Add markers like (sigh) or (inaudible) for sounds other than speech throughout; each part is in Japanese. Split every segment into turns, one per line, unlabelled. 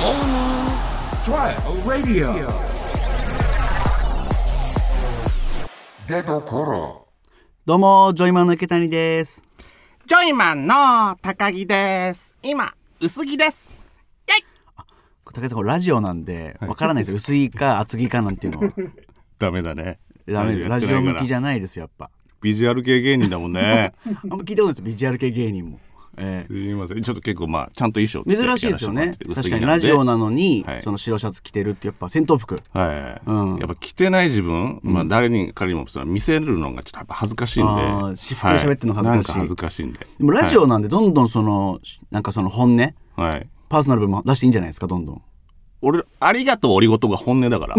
Hey man,
Try radio.
出どころ
どうもジョイマンの池谷です
ジョイマンの高木です。今、薄着です。
竹内さんこれラジオなんでわからないですよ、薄いか厚着かなんていうの
(laughs)
は
ダメだね。
ダメですラジオ向きじ
ゃ。
ゃないですよやっぱ
ビジュアル系芸人だもんね。 (laughs)
あんま聞いたことないですよビジュアル系芸人も、え
すいません。ちょっと結構まあちゃんと衣装着て
珍しいですよ
やら
ね
せてもら
確
ってて
かにラジオな
薄着
のに、
はい
その白シャツ着てるってやっぱ戦闘服
なんで。はい。
うん
やっぱ着てない自分、まあ誰に彼にもその見せるのがちょっとやっぱ恥ずかしいんで。
あー私服で喋ってるの恥ずかしい
はなん恥ずかしいんで。
でもラジオなんでどんどんその、なんかその本音
はい。
パーソナル部も出していいんじゃないですかどん
(laughs)
どん
俺、ありがとう、オリゴ糖が本音だから。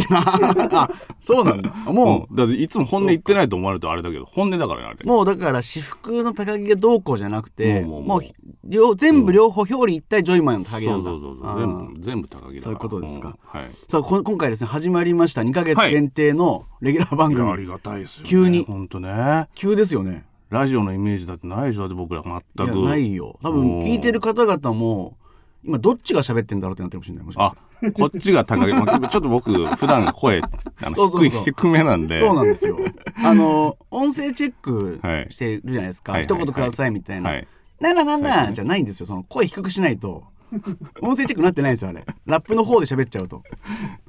あそうなんだ (laughs) も
うん、だっていつも本音言ってないと思われるとあれだけど、本音だからね、あれ。
うもうだから私服の高木がどうこうじゃなくて
もうもう
も
もう
う両全部両方表裏一体ジョイマンの高木
そ
な
うん
だ
そうそう
あ
そう。
ー
全部、全部高木だから。
そういうことですか
うんはい。
さあこ今回ですね始まりました2ヶ月
はい
限定のレギュラー番
い
組、
やありがたいですよ、ね。
急に
本当ね。
急ですよね
ラジオのイメージだってないでしょだって僕ら
い
全
や
く。
ないよ多分
うん
聞いてる方々も今どっちが喋ってんだろうってなってるかもしれないもしかし
あ
て
こっちが高い、まあ (laughs) ちょっと僕普段声あの
そうそう
低い
そう
低めなんで
そうなん
(laughs)
ですよあの音声チェック
はい
してるじゃないですか、
はいはい
一
はい
言くださいみたいな「
はい
なんだなんだ」じゃないんですよその声低くしないと音声チェックなってないんですよあれラップの方で喋っちゃうと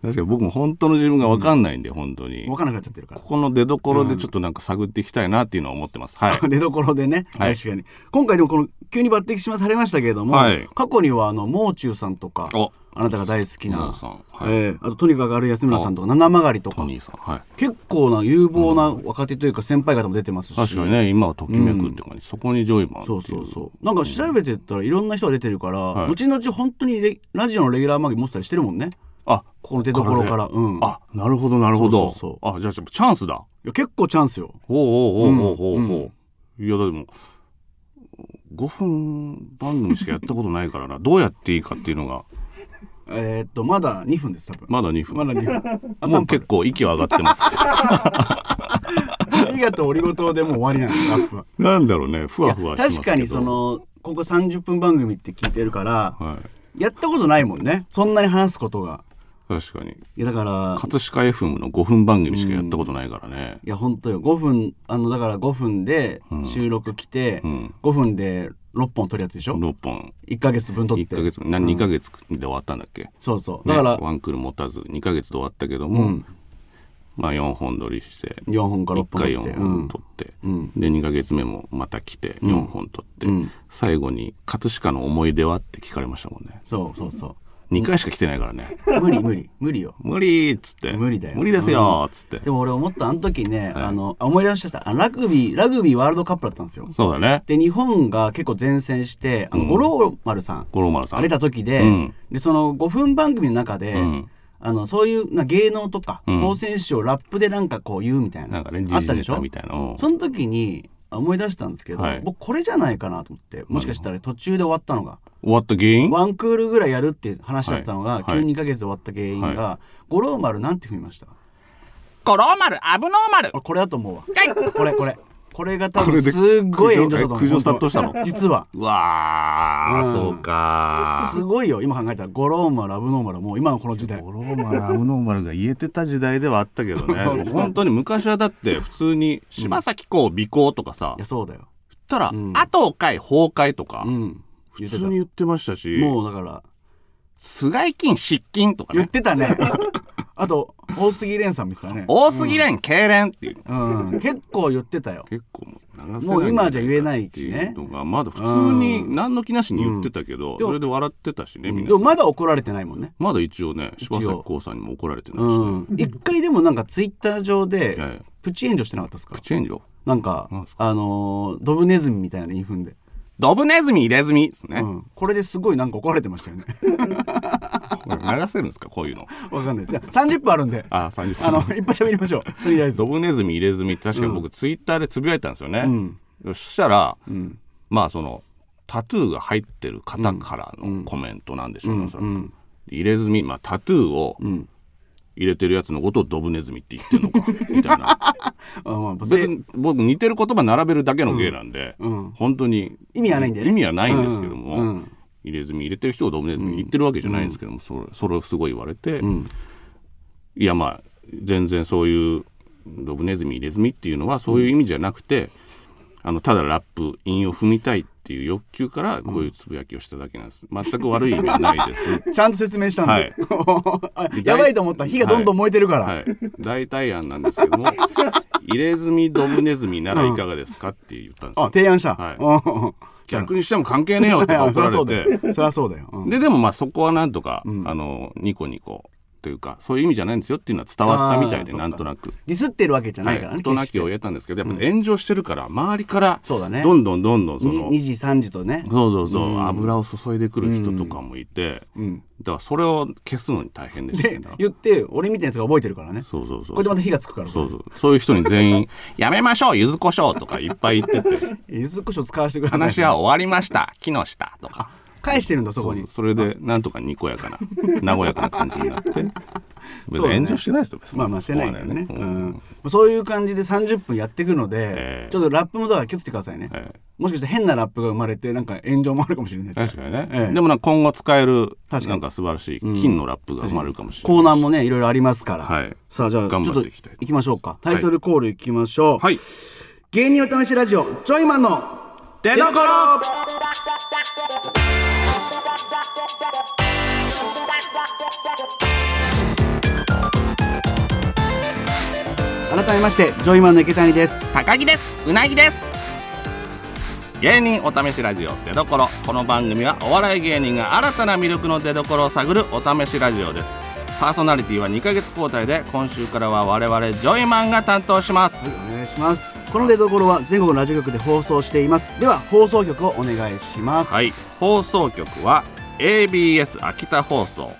確かに僕も本当の自分が分かんないんで、本当に
分からなくなっちゃってるから
ここの出所でちょっとなんか探っていきたいなっていうのは思ってますは
(laughs)
い
出どころでね、
はい
確かに今回でもこの急に抜擢しまされましたけれども、
はい
過去にはあのもう中さんとか
お
あなたが大好きな
もうさん、
え
はい
えあととにかく明るい安村さんとか七曲りと
ト
か
ニーさんはい
結構な有望な若手というか先輩方も出てますし
確かにね今はときめくって感じ、そこにジョイマンってい
そううそうそうなんか調べてったらいろんな人が出てるから、
はい
後々本当にレラジオのレギュラーマギ持ってたりしてるもんね
あ
ここの出所から
こ
うん
あなるほどなるほど
そうそう
あじゃあちょっとチャンスだ
いや結構チャンスよ
おうおうおうおうおうおう、
うん
いやでも5分番組しかやったことないからなどうやっていいかっていうのが
えーっとまだ2分です多分
まだ2分
まだ2分あ
も
3
う
分
結構息は上がってます
ありがとうオリゴ糖でもう終わりなんですラップは
(laughs) なんだろうねふわふわしてます
確
けど
かにそ、のここ30分番組って聞いてるから、
はい、
やったことないもんねそんなに話すことが
確かに
いやだから
葛飾 FM の5分番組しかやったことないからね、
いや本当よ5分あのだから5分で収録来て、
ん
5分で6本取るやつでしょ
6本
1ヶ月分取っ
1
て
ヶ月何2ヶ月で終わったんだっけ、
そうそうだから、
ね、ワンクール持たず2ヶ月で終わったけども、まあ4本撮りして
4本か6本
1回
取って
4本撮って、で2ヶ月目もまた来て4本撮って、最後に「葛飾の思い出は?」って聞かれましたもんね
そうそうそ
2回しか来てないから (laughs) ね
う無理無理無理よ
「無理!」っつって「
無理だよ
無理ですよ!」っつって、
でも俺思ったあの時ね、あのあ思い出しましたあラグビーラグビーワールドカップだったんですよ
そうだね
で日本が結構前線してあの五郎丸さん
五郎丸さん
荒れた時で,、
うん
でその5分番組の中で、
ん
あのそういうな芸能とかスポーツ選手をラップでなんかこう言うみたいな,、
なんかね
あ
時
った
事
で
ネ
しょ
タみたいなうん
その時にあ思い出したんですけど、
はい
僕これじゃないかなと思ってもしかしたら途中で終わったのが
終わった原因
ワンクールぐらいやるって話だったのが、
はいはい
急に2ヶ月で終わった原因が、
は
五郎丸なんて踏みました
コローマル、アブノーマル。
俺これだと思うわ
はい
これこれこれが多
こ
分
れです
っごい炎上したと思う
苦情殺到したの
本当実は
うわー、
うん
そうか
すごいよ今考えたら五郎丸アブノーマルはもう今のこの時代
五郎丸アブノーマルが言えてた時代ではあったけどね
そう
でも (laughs) 本当に昔はだって普通に柴咲コウ尾行とかさ
いやそうだよ
ったら、後を買い崩壊とか、
うん
普通に言ってましたし
もうだから
菅井金失禁とか
言っ
ね
てたねあと大杉蓮さん見てたね
多すぎれん痙攣っていうの
うん結構言ってたよ
結構もう流せ
もう今じゃ言えないしね
っていうのがまだ普通に何の気なしに言ってたけど、それで笑ってたしねみん
で
な
もまだ怒られてないもんね
まだ一応ね柴
応
咲コウさんにも怒られてないしね、
うん一回でもなんかツイッター上
いやい
で
や
プチ炎上してなかったですか
プチ炎上
なんか
なんす
あのードブネズミみたいなインフンで、
ドブネズミ入れ墨ですね、 (laughs)
うん、これですごいなんか怒られてましたよね (laughs)
これ流せるんですかこういうの
わかんないですじゃあ30分あるんであ
あ30
の
分
いっぱい喋りましょうとりあえず
ドブネズミ入れ墨って確かに僕ツイッターでつぶやいたんですよね、そしたら、まあそのタトゥーが入ってる方からのコメントなんでしょうね、おそらく入れ墨、まあ、タトゥーを入れてるやつのことをドブネズミって言ってるのかみたいな
あまあ
別に僕似てる言葉並べるだけの芸なんで、
うん
本当に
意味はないんだよね
意味はないんですけども、
うんうん
入れ墨入れてる人をドブネズミ言ってるわけじゃないんですけども、それそれをすごい言われて、いやまあ全然そういうドブネズミ入れ墨っていうのはそういう意味じゃなくて、あのただラップ韻を踏みたいっていう欲求からこういうつぶやきをしただけなんです、全く悪い意味はないです
ちゃんと説明したんだ、
はい
(laughs) あ (laughs) やばいと思った火がどんどん燃えてるから、
はい、大体案なんですけ
(laughs)
ども入れ墨ドブネズミならいかがですかって言ったんです
あ
よ
提案した、
はい
うんうん
逆にしても関係ねえよと
(laughs)
か
うん
怒
そり
ら
ゃそ
れ
うだ
て
よそりゃそうだよ、うん
ででもまあそこはなんとか、あのニコニコというかそういう意味じゃないんですよっていうのは伝わったみたいで
あー
なんとなく。
ディスってるわけじゃ
は
ないいからね、
事な
決し
き
て
を得たんですけどやっぱ炎上してるから周りから
そうだね
どんどんどんどんそ
2,
の
時3時とね
そうそうそう、油を注いでくる人とかもいて、だからそれを消すのに大変でしたね
で
だから
言って俺みたいなやつが覚えてるからね
そうそうそう
これでまた火がつくから
そうそうそういう人に全員 (laughs) 「やめましょう柚子胡椒とかいっぱい言って
(laughs)
て
ゆずこしょ使わせてく
「
ださい
話は終わりました木の下」とか
返してるんだそこ
そう
に
そうそれでなんとかにこやかな和やかな感じになって別
そうだ
に
ね
炎上してないですよ別に
まあまあしてないんだよね
そこ
う
は
んそういう感じで30分やっていくので、
ええ
ちょっとラップもだから気をつけてくださいね、
ええ
もしかして変なラップが生まれてなんか炎上もあるかもしれないです
確
か
からにね、
ええ
でもなんか今後使える
確かに
なんか素晴らしい金のラップが生まれるかもしれない、
コーナーもねいろいろありますから、
はい
さあじゃあちょ
頑
っ
張
と
っていきたい
行きましょうかタイトルコールいきましょう、
はい
芸人お試しラジオジョイマンの
出どころ
改めましてジョイマンの池谷です
高木ですうなぎです
芸人お試しラジオ出どころこの番組はお笑い芸人が新たな魅力の出どころを探るお試しラジオですパーソナリティは2ヶ月交代で今週からは我々ジョイマンが担当します
お願いしますこの出所は全国のラジオ局で放送していますでは放送局をお願いします
はい放送局は ABS 秋田放送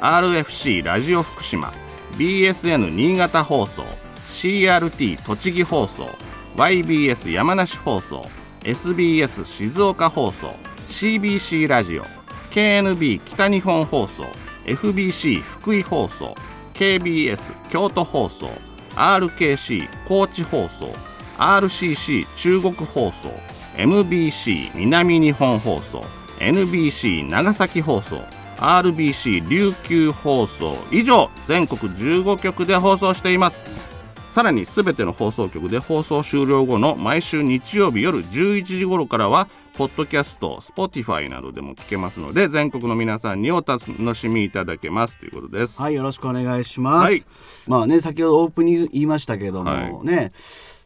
RFC ラジオ福島 BSN 新潟放送 CRT 栃木放送 YBS 山梨放送 SBS 静岡放送 CBC ラジオ KNB 北日本放送 FBC 福井放送 KBS 京都放送 RKC 高知放送 RCC 中国放送 MBC 南日本放送 NBC 長崎放送 RBC 琉球放送以上全国15局で放送していますさらにすべての放送局で放送終了後の毎週日曜日夜11時頃からはポッドキャスト Spotify などでも聞けますので全国の皆さんにお楽しみいただけますということです、
はいよろしくお願いします、
はい
まあね先ほどオープニング言いましたけれども、
はい
ね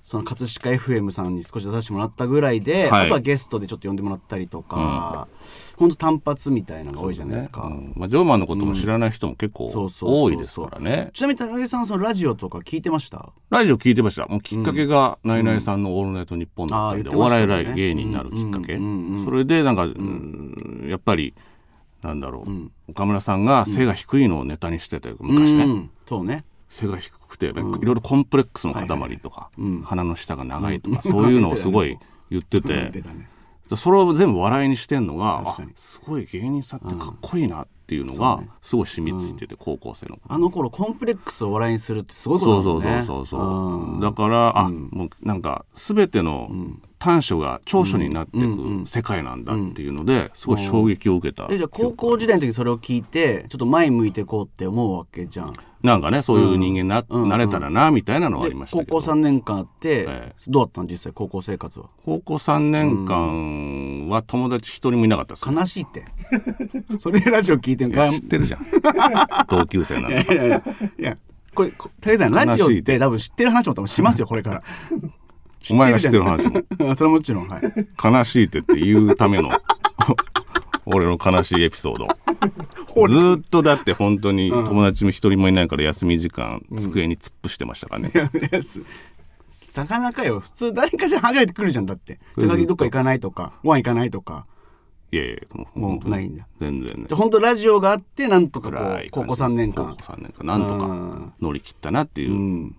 その葛飾 FM さんに少し出させてもらったぐらいで、
はい
あとはゲストでちょっと呼んでもらったりとか、ほんと単発みたいなのが多いじゃないですか、
うんまあ、ジョーマンのことも知らない人も結構
そうそうそうそう
多いですからね
ちなみに高木さんはそのラジオとか聞いてました
ラジオ聞いてましたもうきっかけがナイナイさんの「オールナイトニッポン」だったんで、
うんあー
お
言ってました
笑
ね
いライ芸人になるきっかけ、それでなんか、うんやっぱりなんだろう、岡村さんが背が低いのをネタにしてて昔ね、
うんそうね
背が低くて、いろいろコンプレックスの塊とか、鼻の下が長いとか、そういうのをすごい言ってて、
出たね
それを全部笑いにしてんのがあ
かに
すごい芸人さんってかっこいいなっていうのがすごい染みついてて、高校生の頃
あの頃コンプレックスを笑いにするってすごいこ
そ
と
う
だ
そ
もんね
うそうそうそうだからあもうなんか全ての短所が長所になってく世界なんだっていうのですごい衝撃を受けた
えじゃあ高校時代の時それを聞いてちょっと前向いてこうって思うわけじゃん
なんかねそういう人間にななれたらなみたいなのはあ
で
りました
高
け
校
ど
3年間あって、
え
どうだったの実際高校生活は
高校3年間は友達一人もいなかったです
悲しいってそれでラジオ聞いてん
い
かい
や知ってるじゃん同級生なん
や
だ
いやいやこれこ高木さんラジオって多分知ってる話も多分しますよこれから
(laughs) お前が知ってる話も
も (laughs) それもちろんはい
悲しいってって言うための (laughs) 俺の悲しいエピソードずーっとだって本当に友達も一人もいないから休み時間机に突っ伏してましたからね、
いやすなかなかよ普通誰かしら初めて来るじゃんだって
れ
高木どっか行かないとかご飯行かないとか
いやいやもう
も
本当
う
に
ないんだ
全然ね
で本当ラジオがあってなんとかこ
暗
う
い
高
感じ
校3年
高
間
校3年間なんとか乗り切ったなっていう,、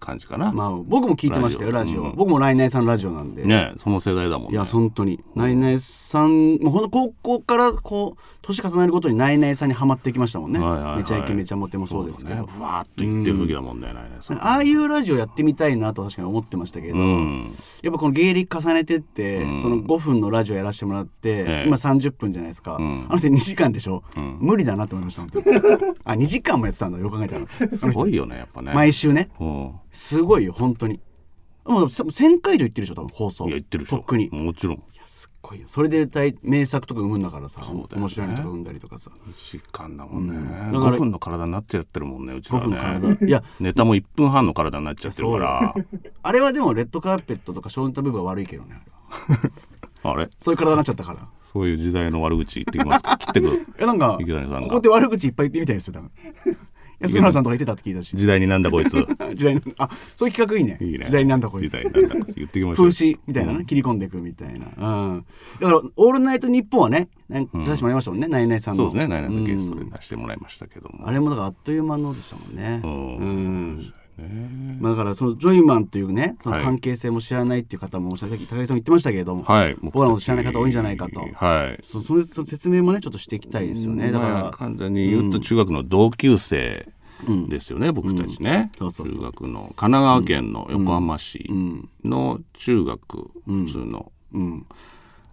感じかな、
まあ僕も聞いてましたよラ
ラ
ジ
ジ
オ
オ
僕もナイナイさんラジオなんで
ねその世代だも
い
んね
や本当にナイナイさんもうほんと高校からこう年重ねるごとにナイナイさんにはまっていきましたもんね
はいはいはい
めちゃイケめちゃモテもそうですけど
ねふわーっと言ってる時だもんね、ないねその
ああいうラジオやってみたいなと確かに思ってましたけど、
うん
やっぱこの芸歴重ねてって、その5分のラジオやらせてもらって、て、
ええ
今30分じゃないですか、あの人2時間でしょ、無理だなって思いました本当にあ2時間もやってたんだよく考えたら
すごいよねやっぱね
毎週ね
うん
すごいよ本当にもう1000回以上行ってるでしょ多分放送
いや言ってるでしょ
とっくに
もちろん
すっごいよそれで大名作とか生むんだからさ、面白いのとか生んだりとかさ
時間だもんね、
だから
5分の体になっちゃってるもんねうち
5
らね
分体いや
ネタも1分半の体になっちゃってるから
あれはでもレッドカーペットとかショーンタブーブは悪いけどねあれは
あれ
そういう体になっちゃったから
そういう時代の悪口言ってきますか (laughs) 切ってく
えなんか
池谷さんが
ここで悪口いっぱい言ってみたいですよ多
(laughs)
分安村さんとか言ってたって聞いたし
時代になんだこい
(laughs)
つ
時代にあそういう企画いいね
いいね
時代になんだこい
時
つ
代になんだこいつ言ってきましょう
風刺みたいなのね、切り込んでいくみたいな、うん、だから「オールナイトニッポン」はねなん出してもらいましたもんね、ナイナイさん
そう
の
ですねナイナイさんゲス
う
ト
ん
で出してもらいましたけども
あれもだからあっという間のでしたもんね、
うん
まあ、だからそのジョイマンというねその
はい
関係性も知らないっていう方もおっしゃったさっき高木さんも言ってましたけれども、
はい
僕らのこと知らない方多いんじゃないかと、
はい
そそのその説明もねちょっとしていきたいですよねだか
ま
ら
あ、簡単に言うと中学の同級生ですよね、僕たちね、
そうそうそう
中学の神奈川県の横浜市の中学、普通の
うん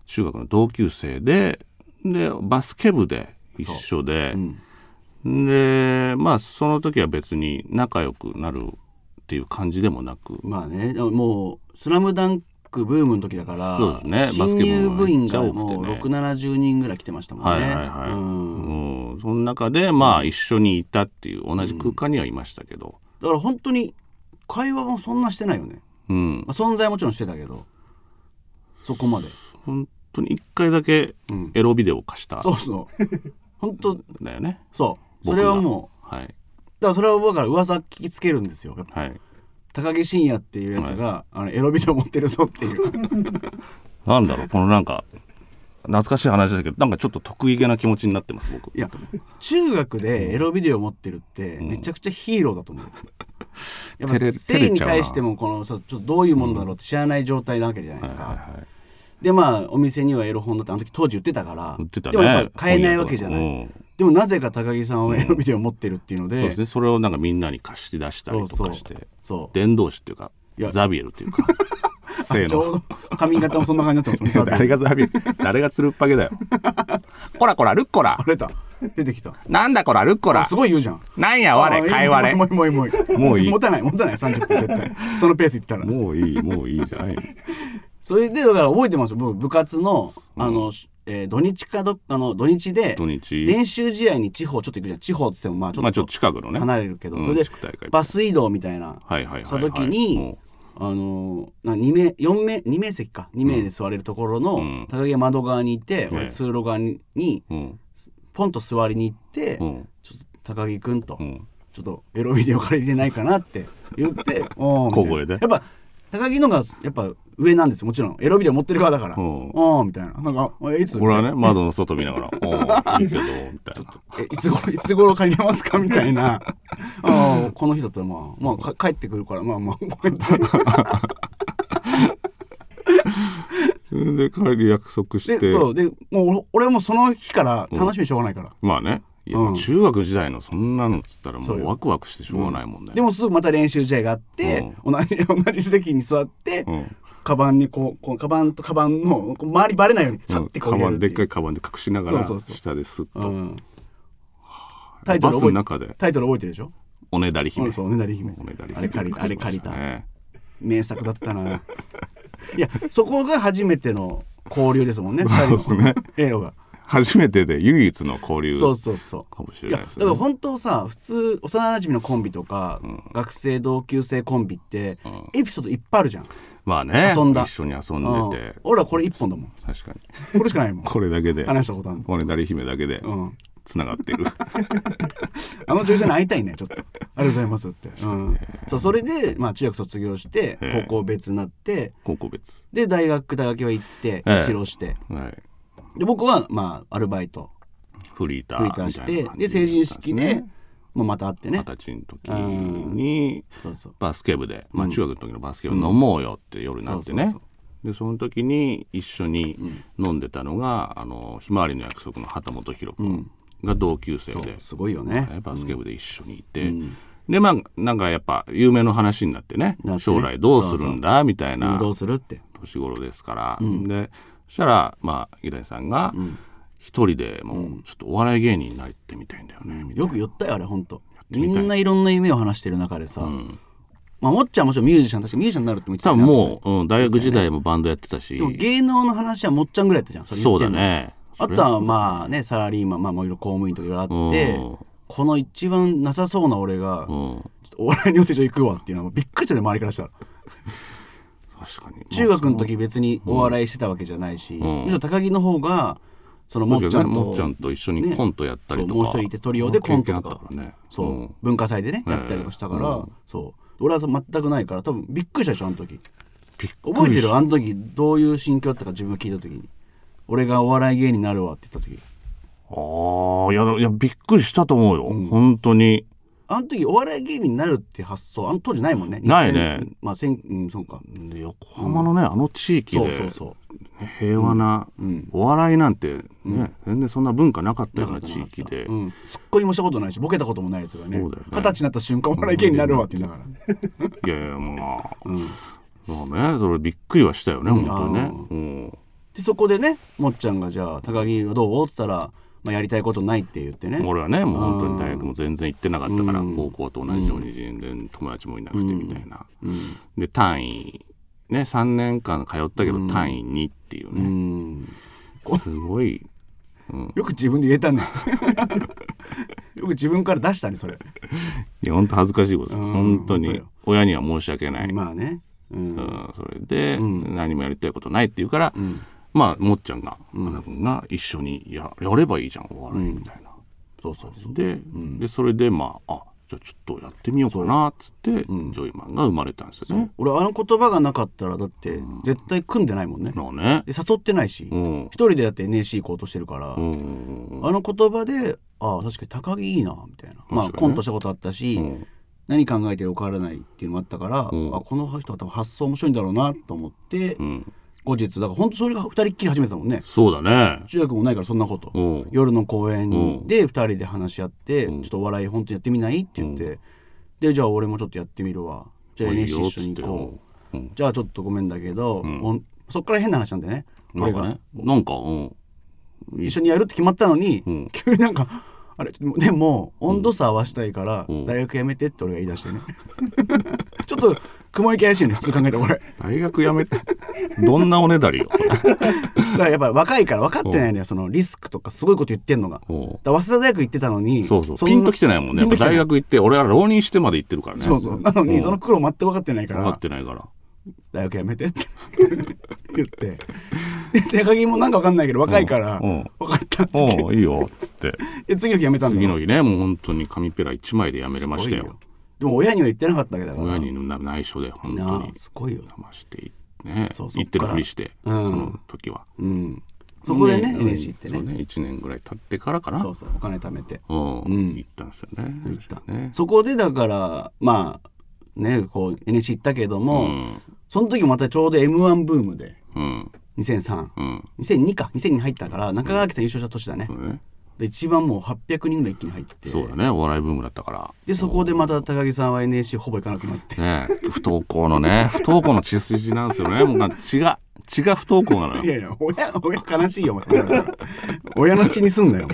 中学の同級生ででバスケ部で一緒で、でまあその時は別に仲良くなるっていう感じでもなく、
まあねでももう「スラムダンクブームの時だから
そうですねバス
新
ケ部
入
も
部
め
員
っちゃ
が
多くてね
もう6 7 0人ぐらい来てましたもんね、
はいはいはい、
うん
うんその中でまあ一緒にいたっていう同じ空間にはいましたけど、
だから本当に会話もそんなしてないよね、
うん、
まあ、存在はもちろんしてたけどそこまで
本当に一回だけエロビデオを貸したん
そうそう本当
だよね。
そうそ
僕
れ
が
はもう
は
だ
い
からそれは僕から噂聞きつけるんですよやっぱ
はい。
高木真也っていうやつが、あのエロビデオ持ってるぞっていう
(laughs) なんだろうこのなんか懐かしい話だけどなんかちょっと得意げな気持ちになってます僕。
いや中学でエロビデオ持ってるってめちゃくちゃヒーローだと思う、やっ
照
ぱ
れ
性に
照れちゃうな
対してもこのそうちょっとどういうものだろうって知らない状態なわけじゃないですか、でまあお店にはエロ本だってあの時当時売ってたから
売ってた
で
ね。
もやっぱ買えないわけじゃない、
本屋とかうん
でもなぜか高木さんはエロビデオ持ってるっていうので、
そうですね。それをなんかみんなに貸し出したりとかして、
そう
伝道師っていうか
いや
ザビエルっていうか。 (laughs) せー
ちょう
の。
ど髪型もそんな感じだったもん
(laughs) 誰がザビエル誰がつるっぱげだよ。こらこらルッコラ
あ。れだ出てきた
なんだこらルッコラ
す。ごい言うじゃん
なんや我
あ
会話れ
も。ういいもういいもういい
もういい
持たない持たない30分絶
(laughs)
対そのペースいってたら
もういいもういいじゃない。
それでだから覚えてますよ僕部活のあの、えー土日かどあの土日で
土日
練習試合に地方ちょっと行くじゃん地方って言ってもまあちょ
まあ
っ
ちょっ
と
と近くのね。
離れるけど、
う
そ
ん
れ
地区大
で
会
バス移動みたいな
はいはいはいはい
した時に、あのな2名4名2名席か2名で座れるところの、
ん
高木が窓側にいて、
え
俺通路側にに
うん
ポンと座りに行って、
うん
ちょっと高木君と、
うん
ちょっとエロビデオから入れないかなって言
(laughs)
っておーみたいな
小声で
やっぱ高木のがやっぱ上なんですよもちろんエロビデオ持ってる側だから、
うん
おーみたいななんかえいつ
俺はね窓の外見なが
(laughs)
ら「おおいいけど」みたいな
えいつ (laughs) 頃いつ頃借りれますかみたいなあーこの日だったらまあ、まあ、か帰ってくるからまあまあ
(laughs)
こうやって
それで帰り約束し
で
て
そうでもうお俺はもうその日から楽しみにしょうがないから、
まあねいや、
うん
中学時代のそんなのっつったらも
そう
う
よ
ワクワクしてしょうがないもんね、
でもすぐまた練習試合があって、同じ (laughs) 同じ席に座って、
ん
カバンにこうこうカバンとカバンのこう周りバレないようにさ
う
っ
ん
てこう入れ
カ
るっ
バ
て
ンで
い
っ
う
かいカバンで隠しながら
そうそうそう
下ですっ
う
と
んタイトル
バス
覚え
の中で
タイトル覚えてるでしょ
おねだり姫、
うんそうおねだり姫
おねだり姫
あれ借りたあれ借りた、
ね
名作だった
(laughs)
ないやそこが初めての交流ですもんね2人
そう
の、
ですね
映画が
初めてで唯一の交流
そうそうそう
かもしれないですね
やだから本当さ普通幼馴染のコンビとか、学生同級生コンビって、エピソードいっぱいあるじゃん
まあね
遊んだ
一緒に遊
うん
んでて
俺はこれ一本だもん
確かに
これしかないもん
(laughs) これだけで
話したことある
おねだり姫だけで
ん
つながってる、 (laughs)
あの女優さんに会いたいねちょっとありがとうございますって、うん、そうそれで、まあ、中学卒業して
ええ
高校別になって
高校別
で大学大学は行って
ええ
一浪して、
はい
で僕はまあアルバイト
フリーター
フリーターし
みたい
て
な感じ
で成人式でもうまた会ってね
二十歳の時に
そうそう
バスケ部で、まあ、中学の時のバスケ部飲もうよって夜になってね、
そうそう
でその時に一緒に飲んでたのが「あのひまわりの約束」の畑本博君が同級生で、
すごいよね
ねバスケ部で一緒にいて、でまあなんかやっぱ有名の話になってね
なってね
将来どうするんだみたいな
どうするって
年頃ですから、でそしたらまあ井谷さんが一人でもうちょっとお笑い芸人になってみたいんだよね、みたいな
よく言ったよあれ本当みんないろんな夢を話してる中でさ、まあもっちゃんもちろんミュージシャン確かミュージシャンになるっても言ってたよ
多分
ね
もう、うん、大学時代もバンドやってたし
でも芸能の話はもっちゃんぐらいやったじゃんそれ言
そ
っ
う
て
だ
んの
ね
あとはまあねサラリーマンまあもういろいろ公務員とかいろいろあって
うん
この一番なさそうな俺が、
うん
ちょっとお笑い養成所行くわっていうのはもうびっくりしたね周りからしたら
確かに
中学の時別にお笑いしてたわけじゃないし、
ん
むしろ高木の方がそのも
も
っち
ち
ゃん
ろ
と,、
んねもっちゃんと一緒にコントやったりと
そ
か、
うもう一人いてトリオでコント
経験あ
と
った
か
からね
そう、
ん
文化祭でねやったりとかしたから、そう俺は全くないから多分びっくりしたでしょあの時
びっくり
覚えてるあの時どういう心境だったか自分が聞いた時に俺がお笑い芸人になるわって言った時
ああいやいやびっくりしたと思うよ、本当に
あの時お笑い芸人になるって発想あの当時ないもんね
ないね
2000まあ千うんそうか
で横浜のね、あの地域
そ
で
うそうそう
平和な、お笑いなんてね、全然そんな文化なかったような地域で、
うん、ツッコミもしたことないしボケたこともないやつがね二
そうだ
十
よね、
歳になった瞬間お笑い芸人になるわって言うんだから、
いやいやまあ、まあねそれびっくりはしたよね、本当にね、
でそこでねもっちゃんがじゃあ高木はどうって言ったら、まあ、やりたいことないって言ってね
うん、俺はねもう本当に大学も全然行ってなかったから、高校と同じように全然友達もいなくてみたいな、で単位ね3年間通ったけど単位2っていう
う
ね、
ん
すごい
よく自分で言えたね (laughs) よく自分から出したねそれ
いや本当恥ずかしいことです、
うん
本当
本当
に
よ
親には申し訳ない、
まあね、うん
うん、それで、何もやりたいことないって言うから、まあもっちゃんが花、君が一緒にややればいいじゃんお笑いみたいな。
そうそうそう
で,、でそれでまああじゃあちょっとやってみようかなっつって、ジョイマンが生まれたんですよね。
俺あの言葉がなかったらだって絶対組んでないもんね、
まあね
で誘ってないし、
うん
一人でだって NSC 行こうとしてるから、
うんうんうん
あの言葉でああ確かに高木いいなみたいな、まあ
確かにね
コントしたことあったし、
うん
何考えてるか分からないっていうのもあったから、
ん
あこの人は多分発想面白いんだろうなと思って、
うん
後日だから本当それが二人っきり始めてたもんね
そうだね。
中学もないからそんなこと、
うん
夜の公
う
園
ん
で二人で話し合って、ちょっとお笑い本当にやってみないって言って、でじゃあ俺もちょっとやってみるわじゃあ
いいよ
NSC 一緒に行
つっ
こう、
てうん
じゃあちょっとごめんだけど、おんそっから変な話なんだよね
な
俺
んか
が
ねなんか、うん、
一緒にやるって決まったのに、
ん
急になんかあれちょっとでも温度差合わしたいから、
ん
大学やめてって俺が言い出してね (laughs) ちょっと雲行き怪しいの普通考えて俺
大学辞めてどんなおねだりよ。 (laughs)
だからやっぱ若いから分かってないのよそのリスクとかすごいこと言ってんのがだか
うん
ら早稲田大学行ってたのに
そうそう。
ん
ピンときてないもん
ピ
ね。や
ン
っ
と
ぱ
きてな
大
い
学行って、俺は浪人してまで行ってるからね。
そうそうなのに
ん
その苦労全く分かってないか
分からってないから。
大学やめてって (laughs) 言ってで高木もなんか分かんないけど若いから
うんうん
分かったっつって
おういいよ、つって。
で次の日やめたんだ
次
よ
の日ね、もう本当に紙ペラ一枚でやめれました
すごい
よ。
でも親には言ってなかったわけだから
親にな内緒で、本当
な
に
あ。すごいよ
騙して、ね、
そうそっ
言ってるふりして、
う
そ
ん
の時は。
うんそこでね
うん
NSC って
そう
ね
ね、1年ぐらい経ってからかな。
そううそうお金貯めて
ん行ったんですよね。
行った
ね。
そこでだからまあねこう NSC 行ったけども、その時もまたちょうど m 1ブームで
うん。
2003、
うん。
2002か2002に入ったから中川家さん優勝した年だね、
そうね
で一番もう800人ぐらい一気に入って
そうだね、お笑いブームだったから。
でそこでまた高木さんは NSC ほぼ行かなくなって
ね、不登校の (laughs) ね、不登校の血筋なんですよね。もうなんか血が、血が不登校なのよ
い。やいや親親悲しいよお前そんなの言ったら (laughs) 親の血にすんなよ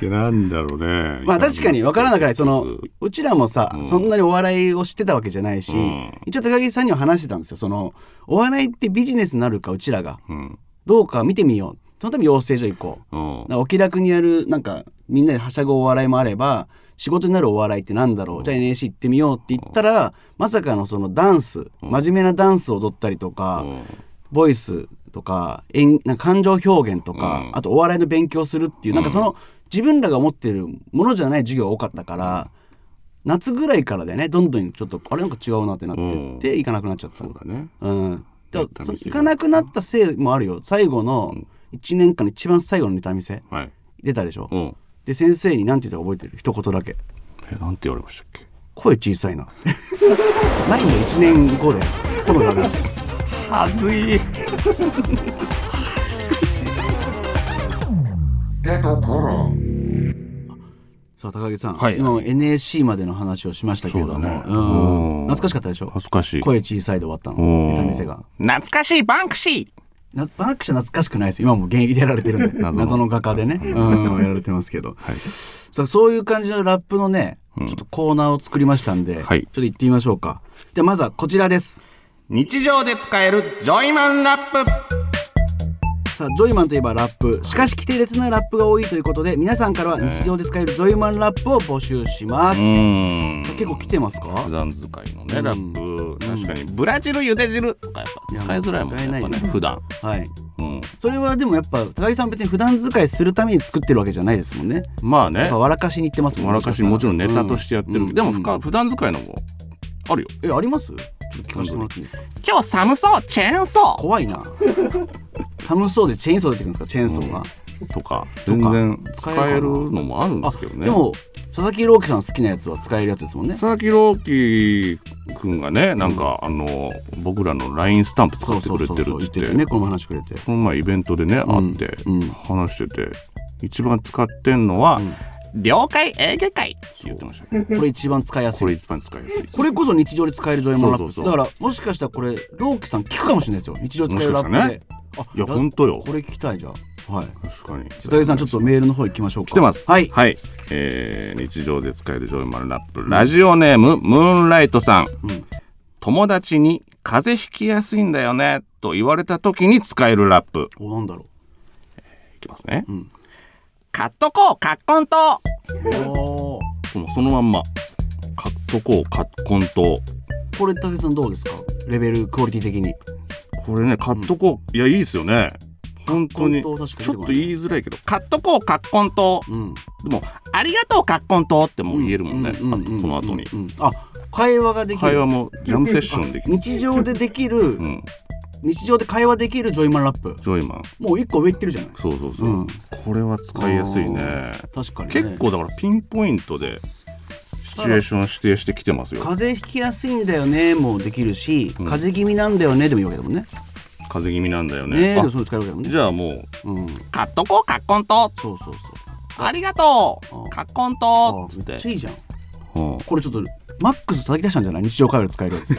いや、なんだろうね。
まあ確かに分からなくないその
結
うちらもさ、そんなにお笑いを知ってたわけじゃないし、
ん
一応高木さんには話してたんですよそのお笑いってビジネスになるかうちらが
うん。
どうか見てみようそのために養成所行こう、
うん
なお気楽にやるなんかみんなではしゃぐお笑いもあれば仕事になるお笑いってなんだろう、じゃあ NSC 行ってみようって言ったら、まさかのそのダンス、真面目なダンスを踊ったりとか、
うん
ボイスとか演なんか感情表現とか、あとお笑いの勉強するっていうなんかその、自分らが持ってるものじゃない授業が多かったから、夏ぐらいからでねどんどんちょっとあれなんか違うなってなってって、行かなくなっちゃった
そうだね。
うん。だからその
ネタ見せ
行
が
かなくなったせいもあるよ。最後の1年間の一番最後のネタ見せ
はい。
出たでしょ。
うん。
で先生に何て言ったか覚えてる一言だけ。
え、なんて言われましたっけ
声小さいな。 (laughs) ないの1年後で。この画面。
出どころ
さあ高木さん、
はい
今も NSC までの話をしましたけれども、
そうだね
うん
うん
懐かしかったでしょ
恥ずかしい
声小さいで終わった
う
の
ん
ネタ見せが
懐かしいバンクシー
なバンクシャ懐かしくないですよ今もう現役でやられてるんで謎
(laughs) 謎の
の画家でね、うん、やられてますけど、さあそういう感じのラップのねちょっとコーナーを作りましたんで、
はい
ちょっと行ってみましょうかじゃあまずはこちらです
日常で使えるジョイマンラップ
さあジョイマンといえばラップしかし規定列なラップが多いということで皆さんからは日常で使えるジョイマンラップを募集します、
うん
さあ結構来てますか
普段使いのね、ラップ確かにブラジル茹で汁とかやっぱ使いづらいもんね
いや
や
使えな
っぱ
いです
ね普段
はい
うん
それはでもやっぱ高木さん別に普段使いするために作ってるわけじゃないですもんね
まあ
や
ね
っぱ笑かしに行ってますもんね
わらかしもちろんネタとしてやってるけど、
うん
でもふか普段使いのもあるよ
えありますちょっと聞かせてもらっていいですか
今日寒そうチェーンソー
怖いな寒そうでチェーンソー出てくるんですかチェーンソーが、
とか
と
全
か
然
使
使
えるかな
えるのもあるんで
あ
すけどね
でも佐々木朗希さん好きなやつは使えるやつですもんね
佐々木朗希君がねなんか、あの僕らの LINE スタンプ使ってくれてる
そうそうそう
っ
言っ
つってて
てねこの前話してくれて
この前イベントでね会って、話してて一番使ってんのは、
了解エーゲ海
言ってましたね
これ一番使いやすい
これ一番使いやすい
これこそ日常で使えるジョイマンラップ
そうそうそう
だからもしかしたらこれローキさん聞くかもしれないですよ日常で使えるラップで、
もしかした
あ
いや本当よ
これ聞きたいじゃあはい
確かに
千田さんちょっとメールの方行きましょうか
来てます
はい
はい、えー日常で使えるジョイマルラップラジオネームムーンライトさん、友達に風邪ひきやすいんだよねと言われた時に使えるラップ
おなんだろ
いきますね、
カットコーカッコント
うおー
もうそのまんまカットコーカッコント
これ武井さんどうですかレベルクオリティ的に
これねカットコー、いやいいですよね本当にち
カッコ
ょ
ント
っ
確かに
と言いづらいけど
カットコーカッコント
うん
でも
ありがとうカッコント
ってもう言えるもんね、
うんうんうんうん
あとこの後に、
うんあ会話ができ
会話
る
もジャムセッションできる、
日常でできる、
うん、
日常で会話できるジョイマンラップ
ジョイマン
もう一個上行ってるじゃない
そうそうそう、
うん
これは使いやすいね
確かに、ね、
結構だからピンポイントでシチュエーション指定してきてますよ
風邪ひきやすいんだよねもできるし、風邪気味なんだよねでもいいわけだもんね
風邪気味なんだよ
ね
ね
で
あ
もそういうの使えるわけだもんね
じゃあもう
うん、
カットコーカッコント
そうそうそう
ありがと
あ
うカッコン
あ
トつっ
めっ
て
ちゃいいじゃん
うん
これちょっとマックス叩き出したんじゃない日常会話で使えるやつ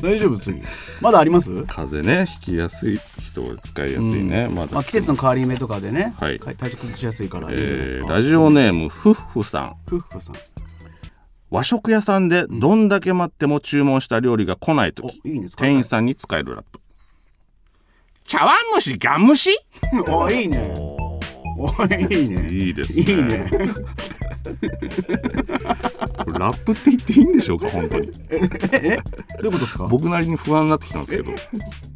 (laughs)
大丈夫次まだあります、
風邪ね引きやすい人は使いやすいね、まだ、
まあ、季節の変わり目とかでね、
はい
体調崩しやすいからいいんじゃないで
え
す
ー
か、
ラジオネームフッフさん
夫婦さん
和食屋さんでどんだけ待っても注文した料理が来ない時
おいいね使いたい
店員さんに使えるラップ
茶碗蒸しガン蒸し
おいいねおいいね
いいですね
いいね
これラップって言っていいんでしょうか本当に
どういうことですか
僕なりに不安になってきたんですけ (laughs) ど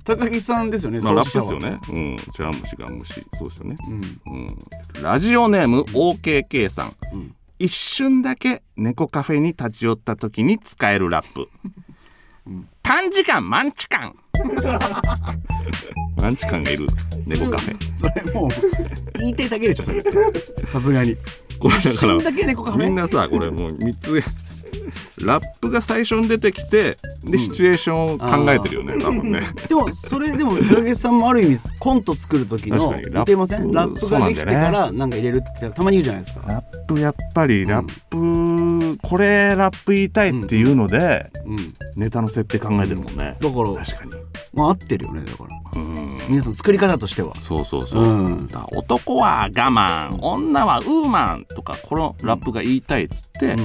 高木さんですよね
まあ、
創
ラップ
始者
で
は
すよね。うん、茶碗蒸しが虫、そうですよね。うんラジオネーム OKK さん。一瞬だけ猫カフェに立ち寄った時に使えるラップ。
短時間マンチカン
マンチ感がいる猫カフェ。
それもう言いたいだけでしょそれさすがに
これ
一瞬だけ猫カフェ
みんなさ、これもう三つ。ラップが最初に出てきて、で、シチュエーションを考えてるよね、多分ね。
でもそれでも高木さんもある意味コント作る時の
確かにラップ
似てませんラップができてからなんか入れるってたまに言うじゃないですか
ラップやっぱりラップ、これラップ言いたいっていうので、
うん
ネタの設定考えてるもんね、
だから
確かに
まあ合ってるよねだから皆さん作り方としては
そうそうそう、
うん
だから男は我慢女はウーマンとかこのラップが言いたいっつって、じゃ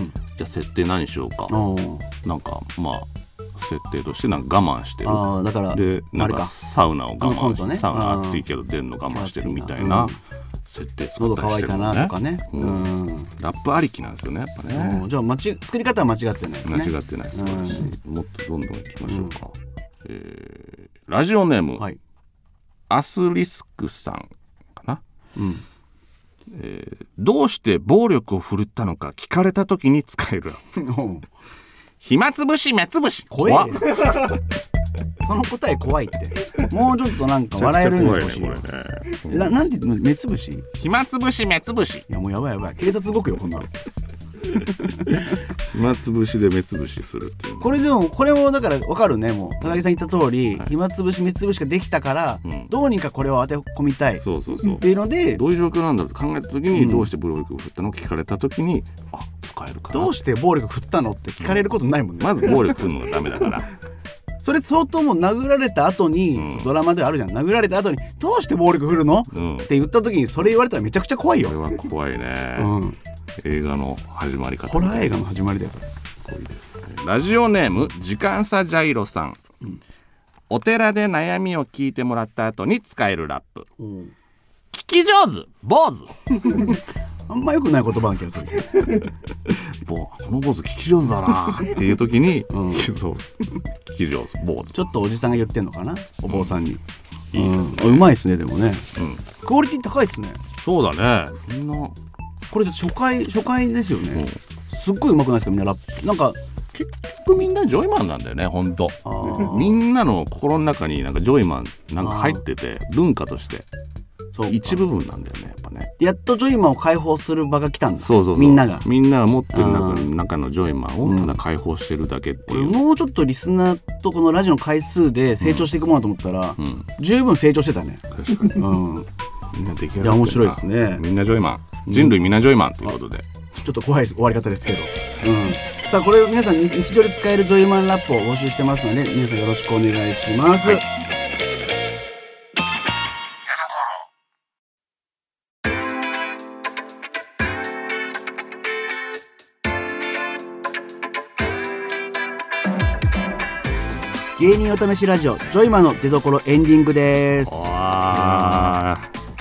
あ設定何しようか、
あー
なんかまあ設定としてなんか我慢してる
あーだから
で
あ
なん
れ
か
か
サウナを我
あのコン
慢し
ト
て、
ね
サウ
あ
ナ
ー
暑いけど出るの我慢してるみたい
暑いなう
なん設定作
喉
ったりし
乾い
てる
た
もん
な
ね
とかねう
うんんラップありきなんですよねやっぱね、
うんじゃあ間違作り方は間違ってないですね
間違ってない素晴らしい、もっとどんどんいきましょうか、えーラジオネーム、
はい
アスリスクさんかな、えーどうして暴力を振るったのか聞かれた時に使える
(laughs) うん
暇つぶし目つぶし
怖いねその答え怖いってもうちょっとなんか笑えるの欲しい
めちゃ
わ
くちゃ怖いねこれね
ななんて目つぶしい
暇つぶし目つぶし
やもうやばいやばい警察動くよこんなの
暇つぶしで目つぶしするっていう
これでもこれもだから分かるねもう高木さん言った通り、暇つぶし目つぶしができたから、
ん
どうにかこれを当て込みたいっ
そうそうそう
ていうので
どういう状況なんだろうと考えた時にどうして暴力を振ったのか聞かれた時にあ使えるかな
どうして暴力振ったのって聞かれることないもんね、
(laughs) まず暴力振るのがダメだから
それ相当もう殴られた後に、そのドラマではあるじゃん殴られた後に「どうして暴力振るの
うん
って言った時にそれ言われたらめちゃくちゃ怖い
これ
よ
は怖いね、
うん
映画の始まり方
ホラー映画の始まりだよそれ
ラジオネーム時間差ジャイロさん、お寺で悩みを聞いてもらった後に使えるラップ、聞き上手坊主
あんま良くない言葉な気がするけど
坊この坊主聞き上手だな (laughs) っていう時に、 (laughs) そう聞き上手坊主
ちょっとおじさんが言ってんのかなお坊さんに、うん、いいですね、うまいっすねでもね、クオリティ高いっすね
そうだねそんな
これ初回初回ですよね、すっごいうまくないですかみんなラップなんか
結局みんなジョイマンなんだよね本当みんなの心の中になんかジョイマンなんか入ってて文化として
そう
一部分なんだよねやっぱね
やっとジョイマンを解放する場が来たんだ
そうそうそう
みんなが
みんなが持ってる中の中のジョイマンをただ解放してるだけって
これ
いう、
もうちょっとリスナーとこのラジオの回数で成長していくものだと思ったら、十分成長してたね
確かに
うん
みんな出来上がってるない
や面白いですね
みんなジョイマン人類みんなジョイマンということで、
ちょっと怖い終わり方ですけど、うん、さあこれ皆さんに日常で使えるジョイマンラップを募集してますので皆さんよろしくお願いします、芸人お試しラジオジョイマンの出所エンディングです
あ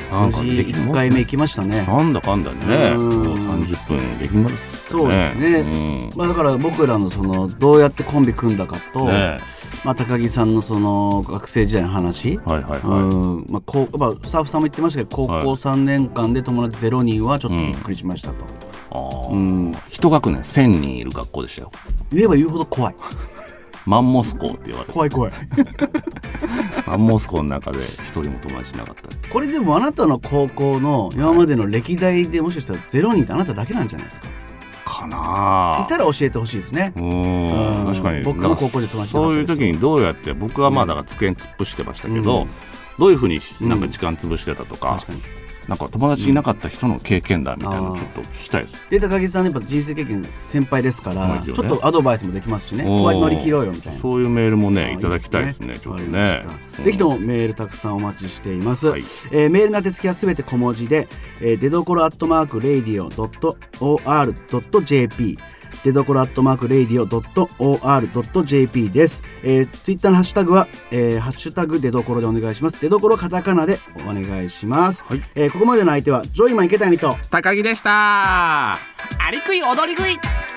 あな
無
んか
事
でき
1回目行きましたね
なんだかんだでね
うん
もう30分できます
そうですね、
うん
まあ、だから僕らのそのどうやってコンビ組んだかと、
ね
まあ、高木さんのその学生時代の話、
はいはいは
うんまあ、こうまあスタッフさんも言ってましたけど高校
はい
3年間で友達0人はちょっとびっくりしましたと、
いあー一学年1000人いる学校でしたよ
言えば言うほど怖い
マンモス校って言われて
怖い怖い
マンモス校の中で一人も友達いなかった
これでもあなたの高校の今までの歴代でもしかしたら0人ってあなただけなんじゃないですか
かなあ
いたら教えてほしいですね
うーん
うん
確かに
僕も
なんか
高校で友達いなかったです
そういう時にどうやって僕はまあだから机に突っ伏してましたけど、どういうふうになんか時間潰してたとか,、
確かに
なんか友達いなかった人の経験談みたいなのちょっと聞きたいです、
で高木さんやっぱ人生経験先輩ですから、
はいよね
ちょっとアドバイスもできますしね
おー
こうやって乗り切ろうよみたいな
そういうメールもね
あ
いただきたいですね
いい
ちょっとね
わかりましたぜひともメールたくさんお待ちしています、
はい
えーメールの宛先はすべて小文字で、えー、出どころアットマークレディオドット OR.jp 出どころアットマークレディオドット OR.jp です、えー、ツイッターのハッシュタグは、えー、ハッシュタグ出どころでお願いします出どころカタカナでお願いします、
はい
えーここまでの相手はジョイマン池谷と
高木でしたアリクイ踊り食い